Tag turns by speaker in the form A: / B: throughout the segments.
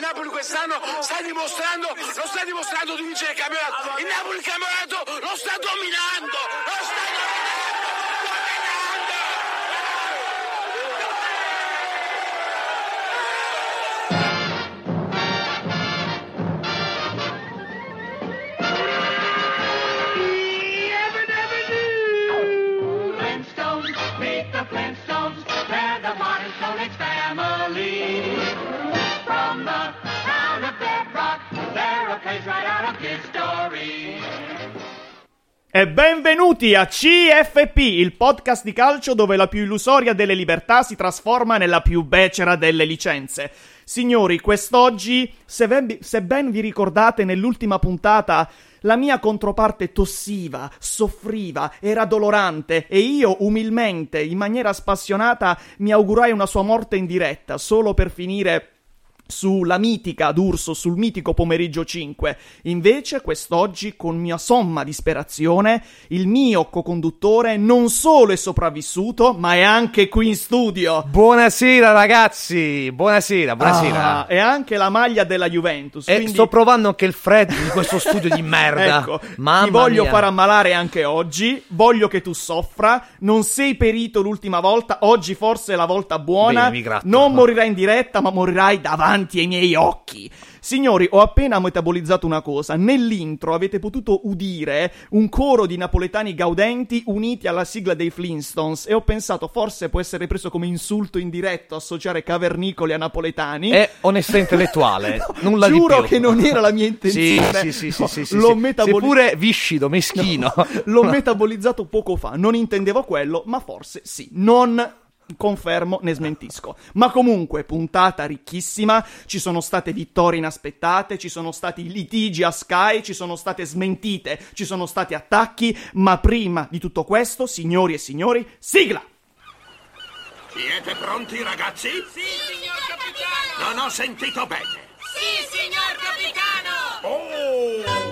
A: Napoli quest'anno sta dimostrando, lo sta dimostrando di vincere il campionato. Il Napoli il campionato lo sta dominando, lo sta dominando, dominando.
B: Flintstones, meet the Flintstones. They're the modern Stonehenge family. From the town of Bedrock, they're a place right out of his story.
C: E benvenuti a CFP, il podcast di calcio dove la più illusoria delle libertà si trasforma nella più becera delle licenze. Signori, quest'oggi, se ben, se ben vi ricordate nell'ultima puntata, la mia controparte tossiva, soffriva, era dolorante e io, umilmente, in maniera spassionata, mi augurai una sua morte in diretta, solo per finire sulla mitica d'Urso, sul mitico pomeriggio 5. Invece, quest'oggi, con mia somma disperazione, il mio co-conduttore non solo è sopravvissuto, ma è anche qui in studio.
D: Buonasera ragazzi, buonasera, buonasera.
C: Ah, e anche la maglia della Juventus.
D: e
C: quindi-
D: sto provando anche il freddo di questo studio di merda.
C: Ecco,
D: Mamma
C: ti voglio
D: mia.
C: far ammalare anche oggi. Voglio che tu soffra. Non sei perito l'ultima volta. Oggi forse è la volta buona.
D: Bene, mi gratto.
C: non morirai in diretta, ma morirai davanti ai miei occhi. Signori, ho appena metabolizzato una cosa. Nell'intro avete potuto udire un coro di napoletani gaudenti uniti alla sigla dei Flintstones. E ho pensato, forse può essere preso come insulto indiretto associare cavernicoli a napoletani.
D: È onestà intellettuale,
C: No,
D: nulla di più.
C: giuro che non era la mia intenzione.
D: Sì, sì, sì, sì,
C: No,
D: sì, sì,
C: l'ho
D: sì.
C: metabolizzato-
D: Seppure viscido, meschino.
C: L'ho metabolizzato poco fa, non intendevo quello, ma forse sì. Non confermo né smentisco. Ma comunque, puntata ricchissima, ci sono state vittorie inaspettate, ci sono stati litigi a Sky, ci sono state smentite, ci sono stati attacchi, ma prima di tutto questo, signori e signori, sigla!
A: Siete pronti ragazzi?
E: Sì, signor capitano!
A: Non ho sentito bene.
E: Sì, signor capitano!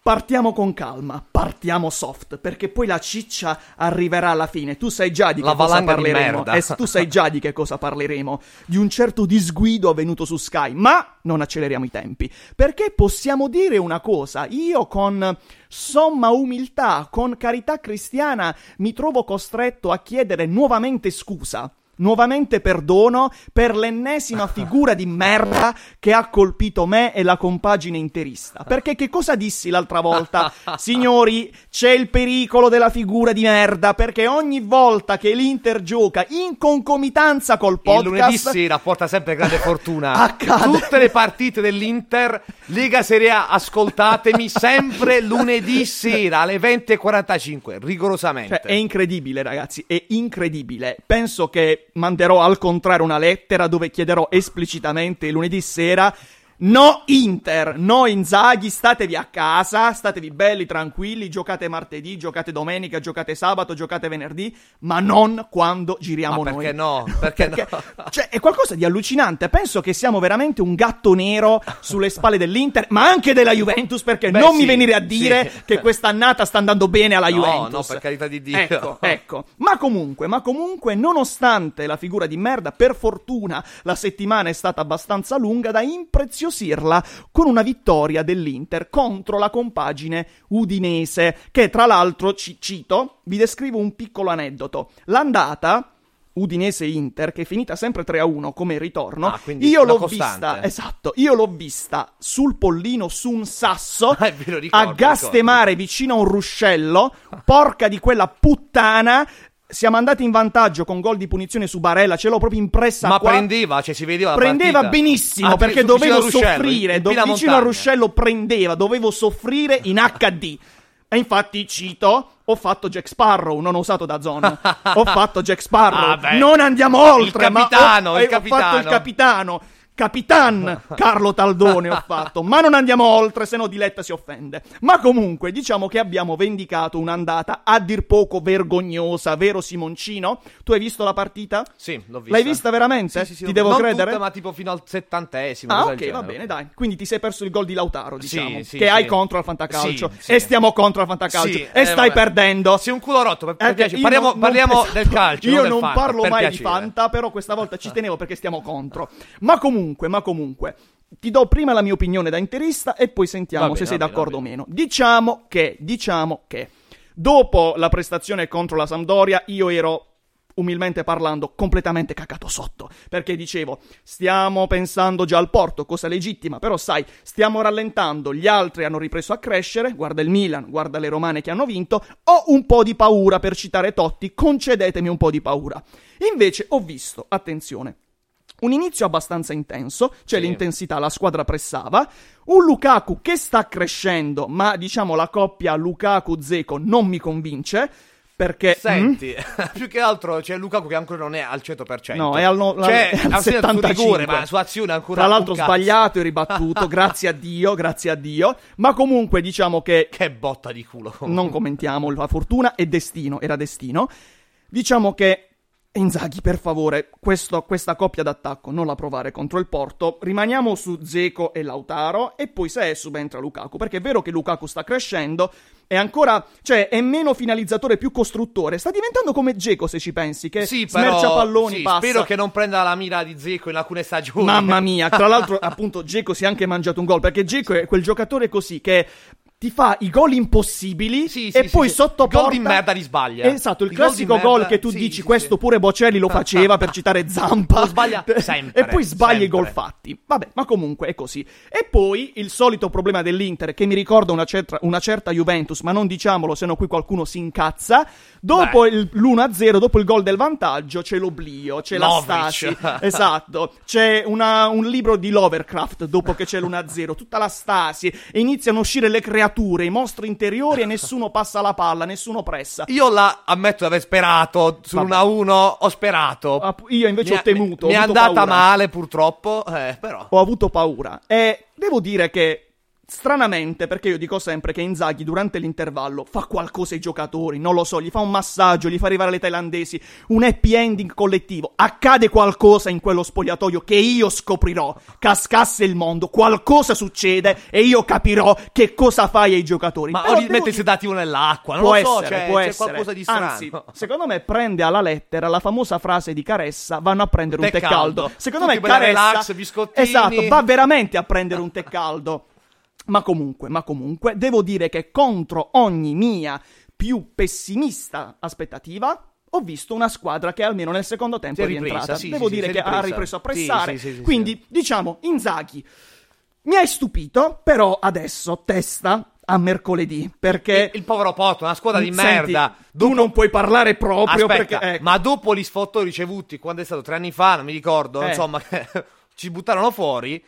C: Partiamo con calma, partiamo soft, perché poi la ciccia arriverà alla fine. Tu sai già di che
D: La
C: cosa
D: valanga di
C: parleremo.
D: merda.
C: Eh, tu sai già di che cosa parleremo. Di un certo disguido avvenuto su Sky, ma non acceleriamo i tempi. Perché possiamo dire una cosa, io con somma umiltà, con carità cristiana, mi trovo costretto a chiedere nuovamente scusa. Nuovamente perdono per l'ennesima figura di merda che ha colpito me e la compagine interista. Perché che cosa dissi l'altra volta? Signori, c'è il pericolo della figura di merda perché ogni volta che l'Inter gioca in concomitanza col
D: Il lunedì
C: podcast
D: sera porta sempre grande fortuna.
C: Accade.
D: Tutte le partite dell'Inter, Lega Serie A, ascoltatemi sempre lunedì sera alle 20.45, rigorosamente.
C: Cioè, è incredibile, ragazzi, è incredibile. Penso che manderò al contrario una lettera dove chiederò esplicitamente lunedì sera. No Inter, no Inzaghi, statevi a casa, statevi belli, tranquilli, giocate martedì, giocate domenica, giocate sabato, giocate venerdì, ma non quando giriamo
D: Ma
C: noi.
D: perché no? Perché no?
C: Cioè, è qualcosa di allucinante, penso che siamo veramente un gatto nero sulle spalle dell'Inter, ma anche della Juventus, perché
D: Beh,
C: non mi
D: sì,
C: venire a
D: sì.
C: dire che quest'annata sta andando bene alla
D: No,
C: Juventus.
D: no, per carità di Dio.
C: Ecco, ecco. Ma comunque, ma comunque, nonostante la figura di merda, per fortuna la settimana è stata abbastanza lunga da impreziosirla con una vittoria dell'Inter contro la compagine udinese, che tra l'altro, ci cito, vi descrivo un piccolo aneddoto. L'andata... Udinese-Inter, che è finita sempre 3-1 come ritorno,
D: Ah, quindi
C: io
D: una
C: l'ho
D: costante.
C: vista, esatto, io l'ho vista sul pollino, su un sasso,
D: Ah, è vero, ricordo,
C: a Gastemare vicino a un ruscello. Porca di quella puttana. Siamo andati in vantaggio con gol di punizione su Barella, ce l'ho proprio impressa
D: Ma
C: qua.
D: prendeva, cioè si vedeva la
C: Prendeva
D: partita.
C: benissimo
D: Ah,
C: perché
D: vicino
C: dovevo
D: al ruscello,
C: soffrire.
D: in
C: Do-
D: piena
C: vicino al
D: montagna.
C: ruscello prendeva, dovevo soffrire in HD. E infatti, cito, ho fatto Jack Sparrow, non usato da Zon. ho fatto Jack Sparrow.
D: Ah, beh.
C: non andiamo
D: Il
C: oltre. ma ho-
D: capitano, il
C: eh, ho fatto il
D: capitano.
C: capitano. Capitan Carlo Taldone ho fatto, ma non andiamo oltre, se no Diletta si offende. Ma comunque, diciamo che abbiamo vendicato un'andata a dir poco vergognosa, vero Simoncino? Tu hai visto la partita?
D: Sì, l'ho vista.
C: L'hai vista veramente?
D: Sì, sì, sì,
C: Ti
D: l'ho-
C: devo
D: non
C: credere?
D: tutta, ma tipo fino al settantesimo.
C: Ah,
D: cosa
C: ok,
D: del
C: va
D: genere.
C: bene, dai. Quindi ti sei perso il gol di Lautaro,
D: Sì,
C: diciamo.
D: esatto. sì,
C: che
D: sì.
C: hai contro al fantacalcio.
D: Sì, sì.
C: E stiamo contro al fantacalcio.
D: Sì,
C: e
D: eh,
C: stai
D: vabbè.
C: perdendo.
D: Sei un culo rotto, per,
C: Eh,
D: per piacere.
C: io
D: Parliamo,
C: non-
D: parliamo
C: non-
D: del calcio.
C: Io
D: del
C: non
D: fanta,
C: parlo
D: per
C: mai di
D: piacere.
C: Fanta, però questa volta ci tenevo perché stiamo contro. Ma comunque, ma comunque. Ti do prima la mia opinione da interista e poi sentiamo
D: Va bene,
C: se sei
D: va bene,
C: d'accordo o
D: va
C: meno. Diciamo che, diciamo che, dopo la prestazione contro la Sampdoria, io ero, umilmente parlando, completamente cacato sotto. Perché dicevo, stiamo pensando già al Porto, cosa legittima, però sai, stiamo rallentando, gli altri hanno ripreso a crescere, guarda il Milan, guarda le romane che hanno vinto, ho un po' di paura, per citare Totti, concedetemi un po' di paura. Invece ho visto, attenzione, un inizio abbastanza intenso, c'è
D: Sì.
C: l'intensità, la squadra pressava, un Lukaku che sta crescendo, ma diciamo la coppia Lukaku-Zeko non mi convince, perché... mm,
D: Eh, Senti, più che altro c'è Lukaku che ancora non è al 100%.
C: No, è al, no- la-
D: Cioè,
C: è al
D: ha segnato su
C: 75.
D: rigore, ma la sua azione è ancora
C: Tra
D: un
C: l'altro
D: cazzo.
C: sbagliato e ribattuto, grazie a Dio, grazie a Dio. Ma comunque diciamo che
D: Che botta di culo.
C: non commentiamo la fortuna e destino, era destino. Diciamo che Inzaghi, per favore, questo- questa coppia d'attacco non la provare contro il Porto. Rimaniamo su Zeko e Lautaro e poi se è subentra Lukaku, perché è vero che Lukaku sta crescendo, è ancora, cioè è meno finalizzatore, più costruttore, sta diventando come Zeko se ci pensi, che
D: Sì, però,
C: smercia palloni,
D: sì,
C: passa.
D: Spero che non prenda la mira di Zecco in alcune stagioni.
C: Mamma mia, tra l'altro, appunto, Geco si è anche mangiato un gol perché Geco è quel giocatore così che ti fa i gol impossibili
D: Sì, sì,
C: e
D: sì,
C: poi
D: sì.
C: sotto
D: Gol
C: porta-
D: di merda li sbaglia.
C: Esatto, il
D: I gol di
C: classico gol,
D: merda-
C: che tu
D: sì,
C: dici
D: sì,
C: questo
D: sì.
C: pure Bocelli lo faceva per citare Zampa.
D: Lo sbaglia sempre,
C: E poi sbaglia i
D: sempre.
C: gol fatti. Vabbè, ma comunque è così. E poi il solito problema dell'Inter che mi ricorda una certa, una certa Juventus, ma non diciamolo, se no qui ququalcuno si incazza. Dopo
D: Beh.
C: il- l'1-0, dopo il gol del vantaggio, c'è l'oblio, c'è la
D: Lovric.
C: stasi. Esatto, c'è una- un libro di Lovercraft dopo che c'è l'1-0, tutta la stasi, e iniziano a uscire le creature, i mostri interiori e nessuno passa la palla, nessuno pressa.
D: Io la ammetto di aver sperato sul
C: Vabbè.
D: 1-1, ho sperato.
C: Ah, pu- Io invece
D: Mi
C: ho
D: è-
C: temuto,
D: Mi
C: ho
D: è
C: avuto
D: andata
C: paura.
D: male purtroppo, eh, però.
C: ho avuto paura e devo dire che stranamente, perché io dico sempre che Inzaghi durante l'intervallo fa qualcosa ai giocatori, non lo so, gli fa un massaggio, gli fa arrivare le thailandesi, un happy ending collettivo, accade qualcosa in quello spogliatoio che io scoprirò, cascasse il mondo, qualcosa succede e io capirò che cosa fai ai giocatori.
D: Ma
C: Però
D: o gli
C: devo
D: mette il
C: dire-
D: sedativo nell'acqua, non
C: può
D: lo so,
C: essere,
D: cioè,
C: può
D: c'è
C: essere.
D: qualcosa di strano.
C: Anzi, secondo me prende alla lettera la famosa frase di Caressa, vanno a prendere un
D: Tè
C: tè caldo.
D: caldo.
C: Secondo
D: Tutti
C: me
D: belli
C: Caressa
D: relax, biscottini.
C: Esatto, va veramente a prendere un tè caldo. Ma comunque, ma comunque, devo dire che contro ogni mia più pessimista aspettativa ho visto una squadra che almeno nel secondo tempo
D: Si
C: è
D: è ripresa,
C: rientrata.
D: sì,
C: Devo
D: sì,
C: dire
D: sì, si
C: che
D: è
C: ha
D: ripresa.
C: ripreso a
D: Sì, sì,
C: pressare.
D: sì, sì, sì.
C: Quindi, diciamo, Inzaghi, mi hai stupito, però adesso testa a mercoledì, perché...
D: Il povero Porto, una squadra di
C: Senti,
D: merda.
C: Tu non puoi parlare proprio
D: Aspetta,
C: perché... ecco.
D: ma dopo gli sfotto ricevuti, quando è stato tre anni fa, non mi ricordo,
C: Eh.
D: insomma, ci buttarono fuori.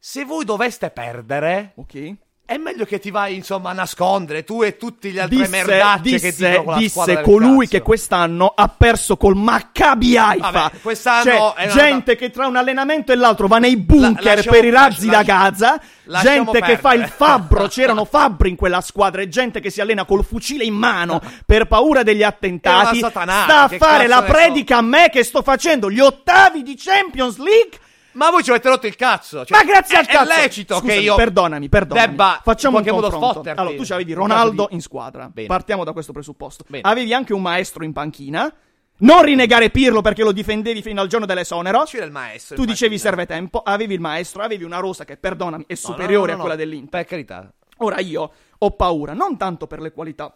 D: Se voi doveste perdere,
C: Ok.
D: è meglio che ti vai, insomma, a nascondere tu e tutti gli altri
C: Disse,
D: merdacce che ti
C: disse,
D: con la squadra
C: disse
D: del
C: colui
D: cazzo.
C: che quest'anno ha perso col Maccabi Haifa.
D: Vabbè, quest'anno
C: Cioè,
D: è una-
C: gente che tra un allenamento e l'altro va nei bunker
D: La- lasciamo-
C: per i razzi
D: lascia-
C: da Gaza.
D: lasciamo
C: Gente che fa il
D: perdere.
C: fabbro. C'erano fabbri in quella squadra. E gente che si allena col fucile in mano per paura degli attentati.
D: È una satanata,
C: Sta a
D: che
C: fare
D: cazzo
C: la
D: ne so.
C: predica a me che sto facendo gli ottavi di Champions League.
D: Ma voi ci avete rotto il cazzo. cioè,
C: Ma grazie
D: è-
C: al cazzo!
D: È lecito
C: Scusami,
D: che io.
C: Perdonami, perdonami.
D: Debba
C: Facciamo
D: in
C: un
D: qualche modo
C: confronto.
D: sfotterti.
C: Allora, tu c'avevi
D: Un caso
C: Ronaldo
D: di-
C: in squadra.
D: Bene.
C: Partiamo da questo presupposto.
D: Bene.
C: Avevi anche un maestro in panchina. Non rinnegare Pirlo perché lo difendevi fino al giorno dell'esonero.
D: C'era il maestro.
C: Tu
D: in
C: dicevi
D: panchina.
C: serve tempo, avevi il maestro, avevi una rosa che, perdonami, è
D: No, no,
C: superiore
D: no, no,
C: a quella
D: no,
C: dell'Inter.
D: Per carità.
C: Ora io ho paura, non tanto per le qualità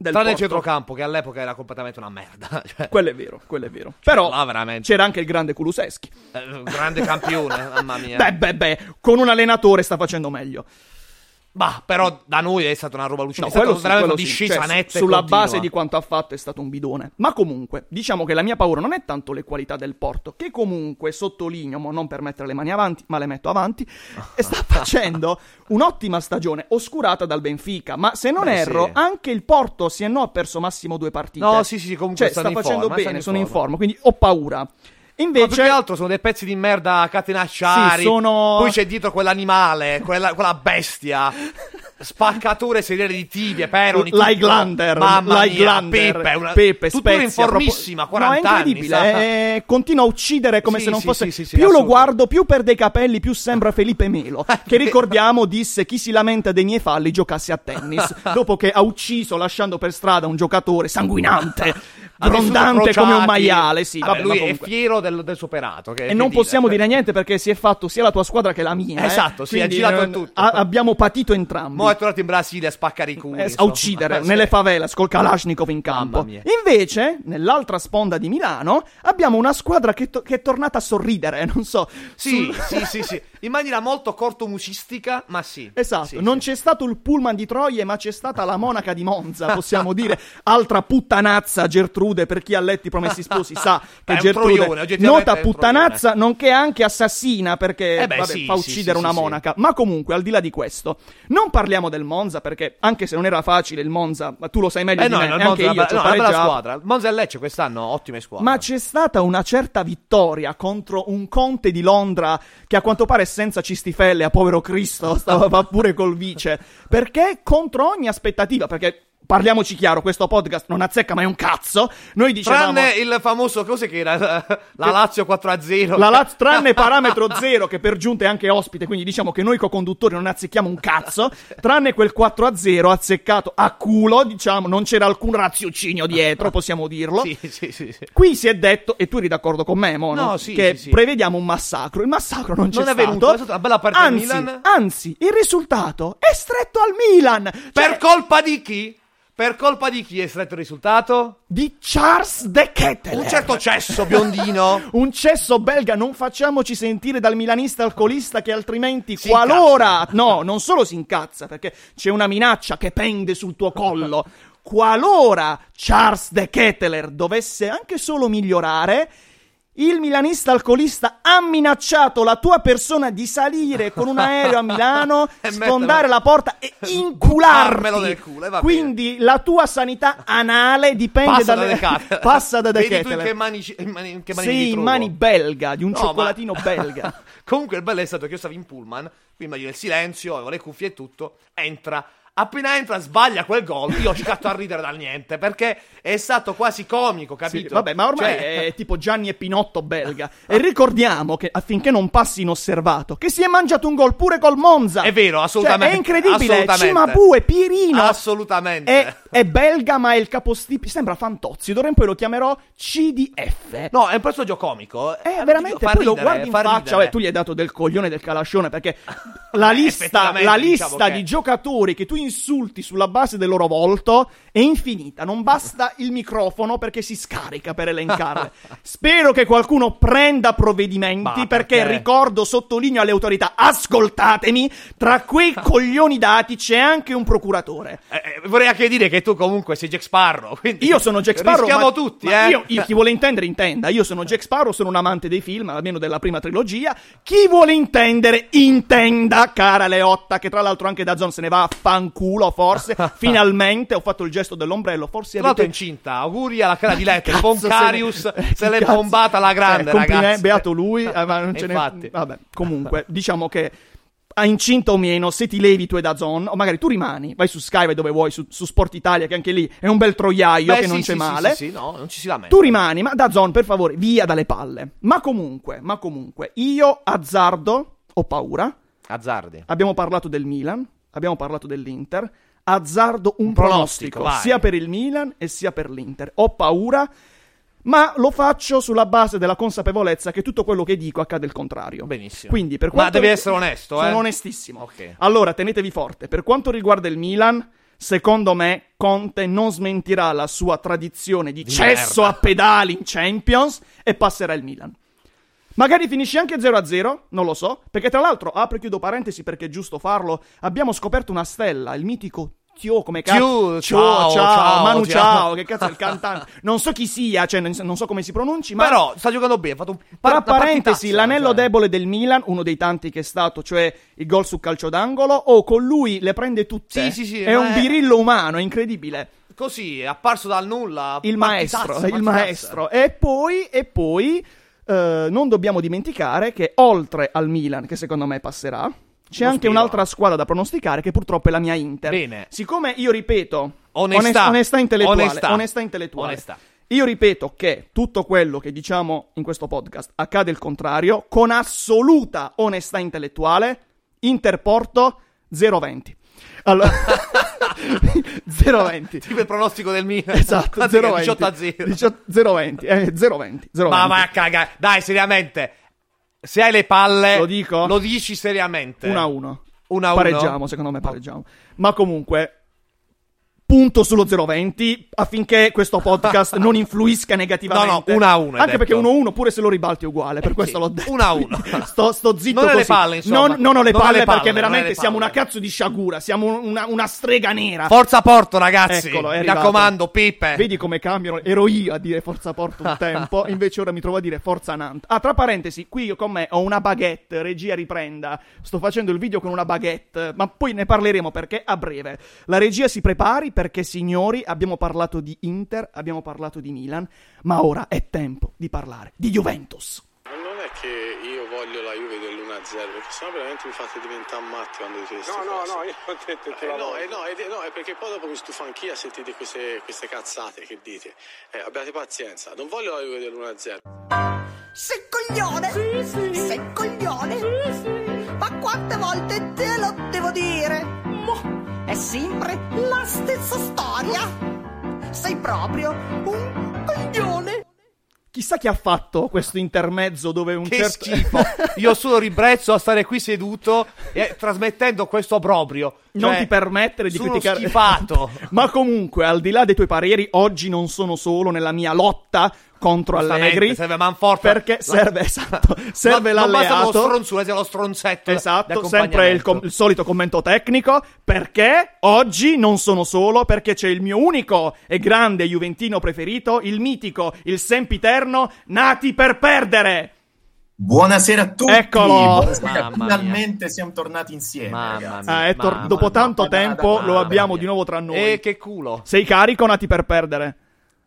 C: del
D: Tranne il
C: Porto.
D: centrocampo, che all'epoca era completamente una merda. Cioè,
C: Quello è vero, quello è vero. Però
D: là veramente.
C: c'era anche il grande Kuluseschi.
D: eh, un grande campione, mamma mia.
C: Beh, beh, beh, con un allenatore sta facendo meglio.
D: Bah, però da noi è stata una roba allucinante. è
C: quello sì,
D: stata veramente
C: quello sì.
D: una discesa
C: Cioè,
D: netta. e
C: Sulla
D: continua.
C: base di quanto ha fatto è stato un bidone. Ma comunque, diciamo che la mia paura non è tanto le qualità del Porto, che comunque, sottolineo, mo non per mettere le mani avanti, ma le metto avanti, e sta facendo un'ottima stagione, oscurata dal Benfica. Ma se non
D: Beh,
C: erro,
D: sì.
C: anche il Porto, se no, ha perso massimo due partite.
D: No, sì, sì, sì, comunque
C: Cioè,
D: stanno
C: sta
D: in
C: facendo
D: forma,
C: bene,
D: stanno in
C: sono in
D: forma.
C: forma, quindi ho paura.
D: Ma più che
C: Invece,
D: altro sono dei pezzi di merda
C: Sì,
D: catenacciari.
C: sono-
D: Poi c'è dietro quell'animale, quella, quella bestia. Spaccature seriali di tibie, peroni. tutto.
C: L'Highlander,
D: Mamma
C: l'Highlander,
D: mia, Peppe, una...
C: Pepe,
D: tuttora in
C: Spezia, proprio-
D: formissima,
C: no,
D: 40
C: è
D: anni.
C: incredibile,
D: sa?
C: eh, continua a uccidere come
D: Sì,
C: se non
D: sì,
C: fosse...
D: sì, sì, sì,
C: più lo
D: assolutamente.
C: guardo, più perde i capelli, più sembra Felipe Melo, che ricordiamo disse chi si lamenta dei miei falli giocasse a tennis, dopo che ha ucciso lasciando per strada un giocatore sanguinante,
D: Ha vissuto
C: grondante come un
D: crociati.
C: maiale, sì,
D: Vabbè,
C: vabbè, ma
D: lui
C: comunque-
D: è fiero del, del superato.
C: E non possiamo dire niente perché si è fatto sia la tua squadra che la mia. eh.
D: Esatto, si è
C: Quindi,
D: girato il
C: eh,
D: tutto.
C: a- abbiamo patito entrambi.
D: Mo' è tornato in Brasile a spaccare i culi.
C: Eh, a
D: insomma.
C: uccidere
D: Sì.
C: nelle favelas col Kalashnikov in campo.
D: Mamma mia.
C: Invece, nell'altra sponda di Milano, abbiamo una squadra che, to- che è tornata a sorridere. Non so.
D: Sì,
C: sul-
D: sì, sì, sì. In maniera molto cortomusicistica, ma sì.
C: Esatto,
D: Sì,
C: non
D: sì.
C: c'è stato il pullman di Troie, ma c'è stata la monaca di Monza, possiamo dire. Altra puttanazza Gertrude, per chi ha letto i Promessi Sposi sa
D: È
C: che
D: un
C: Gertrude,
D: troione, oggettivamente
C: nota
D: è un troione.
C: puttanazza, nonché anche assassina, perché
D: Eh beh,
C: vabbè,
D: sì,
C: fa
D: sì,
C: uccidere
D: sì,
C: una
D: sì, sì.
C: monaca. Ma comunque, al di là di questo, non parliamo del Monza, perché anche se non era facile il Monza, ma tu lo sai meglio
D: Eh
C: di
D: no,
C: me,
D: il
C: e
D: Monza
C: anche
D: è una
C: io
D: bella-
C: ci ho
D: no, è una bella
C: pareggiato.
D: squadra. Il Monza e Lecce quest'anno ottime squadre.
C: Ma c'è stata una certa vittoria contro un conte di Londra che a quanto pare è senza cistifelle, a povero Cristo, stava va pure col vice. Perché contro ogni aspettativa, perché parliamoci chiaro, questo podcast non azzecca mai un cazzo. Noi dicevamo...
D: Tranne il famoso, cos'è che era? La Lazio 4-0.
C: La Lazio, tranne parametro zero, che per giunta è anche ospite, quindi diciamo che noi co-conduttori non azzecchiamo un cazzo, tranne quel 4 a 0 azzeccato a culo, diciamo, non c'era alcun raziocinio dietro, possiamo dirlo.
D: Sì, sì, sì. sì.
C: Qui si è detto, e tu eri d'accordo con me, Mono,
D: No, sì,
C: che
D: sì, sì.
C: prevediamo un massacro. Il massacro non c'è
D: Non è
C: stato.
D: venuto, è stata una bella partita del
C: anzi,
D: Milan.
C: Anzi, il risultato è stretto al Milan. Cioè,
D: Per colpa di chi? Per colpa di chi è stato il risultato?
C: di Charles De Ketteler.
D: Un certo cesso biondino.
C: Un cesso belga, non facciamoci sentire dal milanista alcolista che altrimenti
D: Si
C: qualora... No, non solo si incazza, perché c'è una minaccia che pende sul tuo collo. Qualora Charles De Ketteler dovesse anche solo migliorare, il milanista alcolista ha minacciato la tua persona di salire con un aereo a Milano,
D: E metterlo-
C: sfondare la porta e incularmelo
D: Buttarmelo nel culo, e va bene.
C: Quindi la tua sanità anale dipende
D: Passa da
C: dalle-
D: De Ketteler.
C: passa da De
D: Vedi tu in
C: Ketteler.
D: che mani, ci- in mani- in che mani mi
C: Sei in
D: ritrovo.
C: mani belga, di un
D: No, ma-
C: cioccolatino belga.
D: Comunque il bello è stato che io stavo in pullman, quindi immagino il silenzio, avevo le cuffie e tutto, entra. Appena entra sbaglia quel gol, io ho scatto a ridere dal niente, perché è stato quasi comico,
C: Sì,
D: capito?
C: vabbè, ma ormai
D: Cioè-
C: è tipo Gianni e Pinotto belga. E ricordiamo che affinché non passi inosservato, che si è mangiato un gol pure col Monza.
D: È vero,
C: Cioè,
D: assolutamente,
C: è incredibile.
D: assolutamente.
C: Cimabue, Pirino.
D: Assolutamente.
C: È, è belga, ma è il capostipi. Sembra Fantozzi. D'ora in poi lo chiamerò CDF.
D: No, è un personaggio comico.
C: Eh, veramente,
D: Fa
C: poi lo
D: ridere,
C: guardi in
D: fa
C: faccia,
D: ridere.
C: vabbè, tu gli hai dato del coglione del calascione perché la lista,
D: Eh, effettivamente,
C: la lista
D: diciamo che-
C: di giocatori che tu insulti sulla base del loro volto è infinita, non basta il microfono perché si scarica per elencarle. Spero che qualcuno prenda provvedimenti
D: Ma
C: perché,
D: perché?
C: ricordo, sottolineo alle autorità, ascoltatemi, tra quei coglioni dati c'è anche un procuratore.
D: Eh, eh, vorrei anche dire che tu comunque sei Jack Sparrow, quindi...
C: Io sono Jack Sparrow.
D: Rischiamo
C: ma-
D: tutti,
C: ma
D: eh.
C: Io, io- chi vuole intendere, intenda. Io sono Jack Sparrow, sono un amante dei film, almeno della prima trilogia. Chi vuole intendere, intenda, cara Leotta, che tra l'altro anche da Zon se ne va a fanculo, forse. Finalmente ho fatto il gesto dell'ombrello, forse
D: Tra l'altro è
C: avete...
D: incinta, auguri alla cara di Letta, il
C: Cazzo, se ne-
D: Poncarius
C: eh,
D: se l'è
C: cazzo.
D: bombata alla grande,
C: Eh, complimenti,
D: ragazzi.
C: Beato lui, eh, ma non ce ne...
D: Infatti.
C: Vabbè, comunque, diciamo che... A incinta o meno, se ti levi tu e da Zon, o magari tu rimani, vai su Sky, vai dove vuoi, su, su Sport Italia, che anche lì è un bel troiaio
D: Beh,
C: che
D: sì,
C: non
D: sì,
C: c'è
D: sì,
C: male.
D: Sì, sì, no, non ci si lamenta.
C: Tu rimani, ma da Zon, per favore, via dalle palle. Ma comunque, ma comunque, io azzardo, ho paura.
D: Azzardi.
C: Abbiamo parlato del Milan, abbiamo parlato dell'Inter. Azzardo un,
D: pronostico,
C: pronostico,
D: vai.
C: sia per il Milan e sia per l'Inter. Ho paura, ma lo faccio sulla base della consapevolezza che tutto quello che dico accade il contrario.
D: Benissimo.
C: Quindi, per
D: Ma
C: quanto
D: devi
C: rigu-
D: essere onesto, eh.
C: Sono onestissimo.
D: Ok.
C: Allora, tenetevi forte. Per quanto riguarda il Milan, secondo me Conte non smentirà la sua tradizione di, cesso
D: merda.
C: a pedali in Champions e passerà il Milan. Magari finisce anche 0-0, non lo so, perché tra l'altro, apro e chiudo parentesi perché è giusto farlo, abbiamo scoperto una stella, il mitico Tio come
D: Tio,
C: cazzo.
D: ciao, ciao,
C: Manu
D: ciao.
C: ciao, che cazzo è il cantante. Non so chi sia, cioè non non so come si pronunci, ma
D: Però sta giocando bene, ha fatto un par-
C: tra
D: una partitazza,
C: parentesi, l'anello
D: cioè.
C: debole del Milan, uno dei tanti che è stato, cioè il gol su calcio d'angolo, o con lui le prende tutte.
D: Sì, sì, sì,
C: è
D: ma
C: un
D: è-
C: birillo umano, è incredibile.
D: Così, è apparso dal nulla.
C: Il
D: partitazza,
C: maestro, il
D: partitazza.
C: maestro. E poi, e poi eh, non dobbiamo dimenticare che oltre al Milan, che secondo me passerà, c'è
D: Lo
C: anche
D: spero.
C: un'altra squadra da pronosticare che purtroppo è la mia Inter.
D: Bene.
C: Siccome io ripeto,
D: Onestà.
C: onest- onestà intellettuale,
D: Onestà.
C: onestà intellettuale.
D: Onestà.
C: Io ripeto che tutto quello che diciamo in questo podcast accade il contrario, con assoluta onestà intellettuale, Interporto 0-20. Allora, 0-20.
D: Tipo il pronostico del Milan.
C: Esatto,
D: Quanti che
C: 0-20.
D: 18 a 0.
C: 0-20, eh, 0-20. 0-20.
D: Ma va a cagare. Dai, seriamente. Se hai le palle,
C: Lo dico?
D: Lo dici seriamente.
C: 1 a 1.
D: 1 a 1.
C: Pareggiamo, secondo me pareggiamo. Ma comunque, punto sullo 0-20 affinché questo podcast non influisca negativamente.
D: No, no, 1 a 1 hai
C: Anche perché
D: detto. Eh,
C: 1-1 pure se lo ribalti è uguale, per questo
D: sì,
C: l'ho detto.
D: 1 a 1.
C: sto, sto zitto
D: Non ho le
C: così.
D: palle, insomma.
C: Non, non ho le
D: Non ho
C: palle
D: le palle,
C: perché
D: non ho le
C: veramente siamo
D: palle.
C: una cazzo di sciagura, siamo una, una strega nera.
D: Forza Porto, ragazzi.
C: Eccolo, è
D: Mi
C: arrivato.
D: raccomando, Pippe.
C: Vedi come cambiano? Ero io a dire Forza Porto un tempo, invece ora mi trovo a dire Forza Nant. Ah, tra parentesi, qui io con me ho una baguette, regia riprenda. Sto facendo il video con una baguette, ma poi ne parleremo perché a breve. La regia si prepari perché, signori, abbiamo parlato di Inter, abbiamo parlato di Milan, ma ora è tempo di parlare di Juventus.
F: Non è che io voglio la Juve dell'1-0, perché sennò veramente mi fate diventare matti quando dite queste
G: No, no,
F: cose.
G: no, io ho detto che
F: Eh,
G: la
F: no,
G: voglio.
F: eh, no, eh, no, è perché poi dopo mi stufo anch'io a sentire queste, queste cazzate che dite. Eh, abbiate pazienza, non voglio la Juve dell'1-0.
H: Sei coglione! Sei coglione! Ma quante volte te lo devo dire? Mo, è sempre la stessa storia! Sei proprio un coglione!
C: Chissà chi ha fatto questo intermezzo dove un
D: Che
C: certo...
D: schifo. Io solo ribrezzo a stare qui seduto e trasmettendo questo proprio. Cioè,
C: non ti permettere di
D: sono
C: criticare
D: schifato.
C: Ma comunque, al di là dei tuoi pareri, oggi non sono solo nella mia lotta contro
D: Giustamente,
C: Allegri.
D: serve Manforte.
C: Perché
D: La-
C: serve, esatto, serve
D: non basta uno
C: l'alleato.
D: stronzone, sia lo stronzetto.
C: Esatto,
D: d'accompagnamento.
C: sempre il, com- il solito commento tecnico. Perché oggi non sono solo, perché c'è il mio unico e grande Juventino preferito, il mitico, il sempiterno, nati per perdere.
I: Buonasera a tutti,
C: Eccolo.
I: Buonasera,
D: Mamma mia.
I: finalmente siamo tornati insieme.
D: Mamma
I: ragazzi.
D: mia.
C: Ah, Ettore,
D: Mamma
C: dopo
D: mia.
C: tanto
I: Mamma mia.
C: tempo lo
I: Mamma
C: abbiamo
D: mia.
C: di nuovo tra noi.
D: E Eh, che culo.
C: Sei carico, nati per perdere.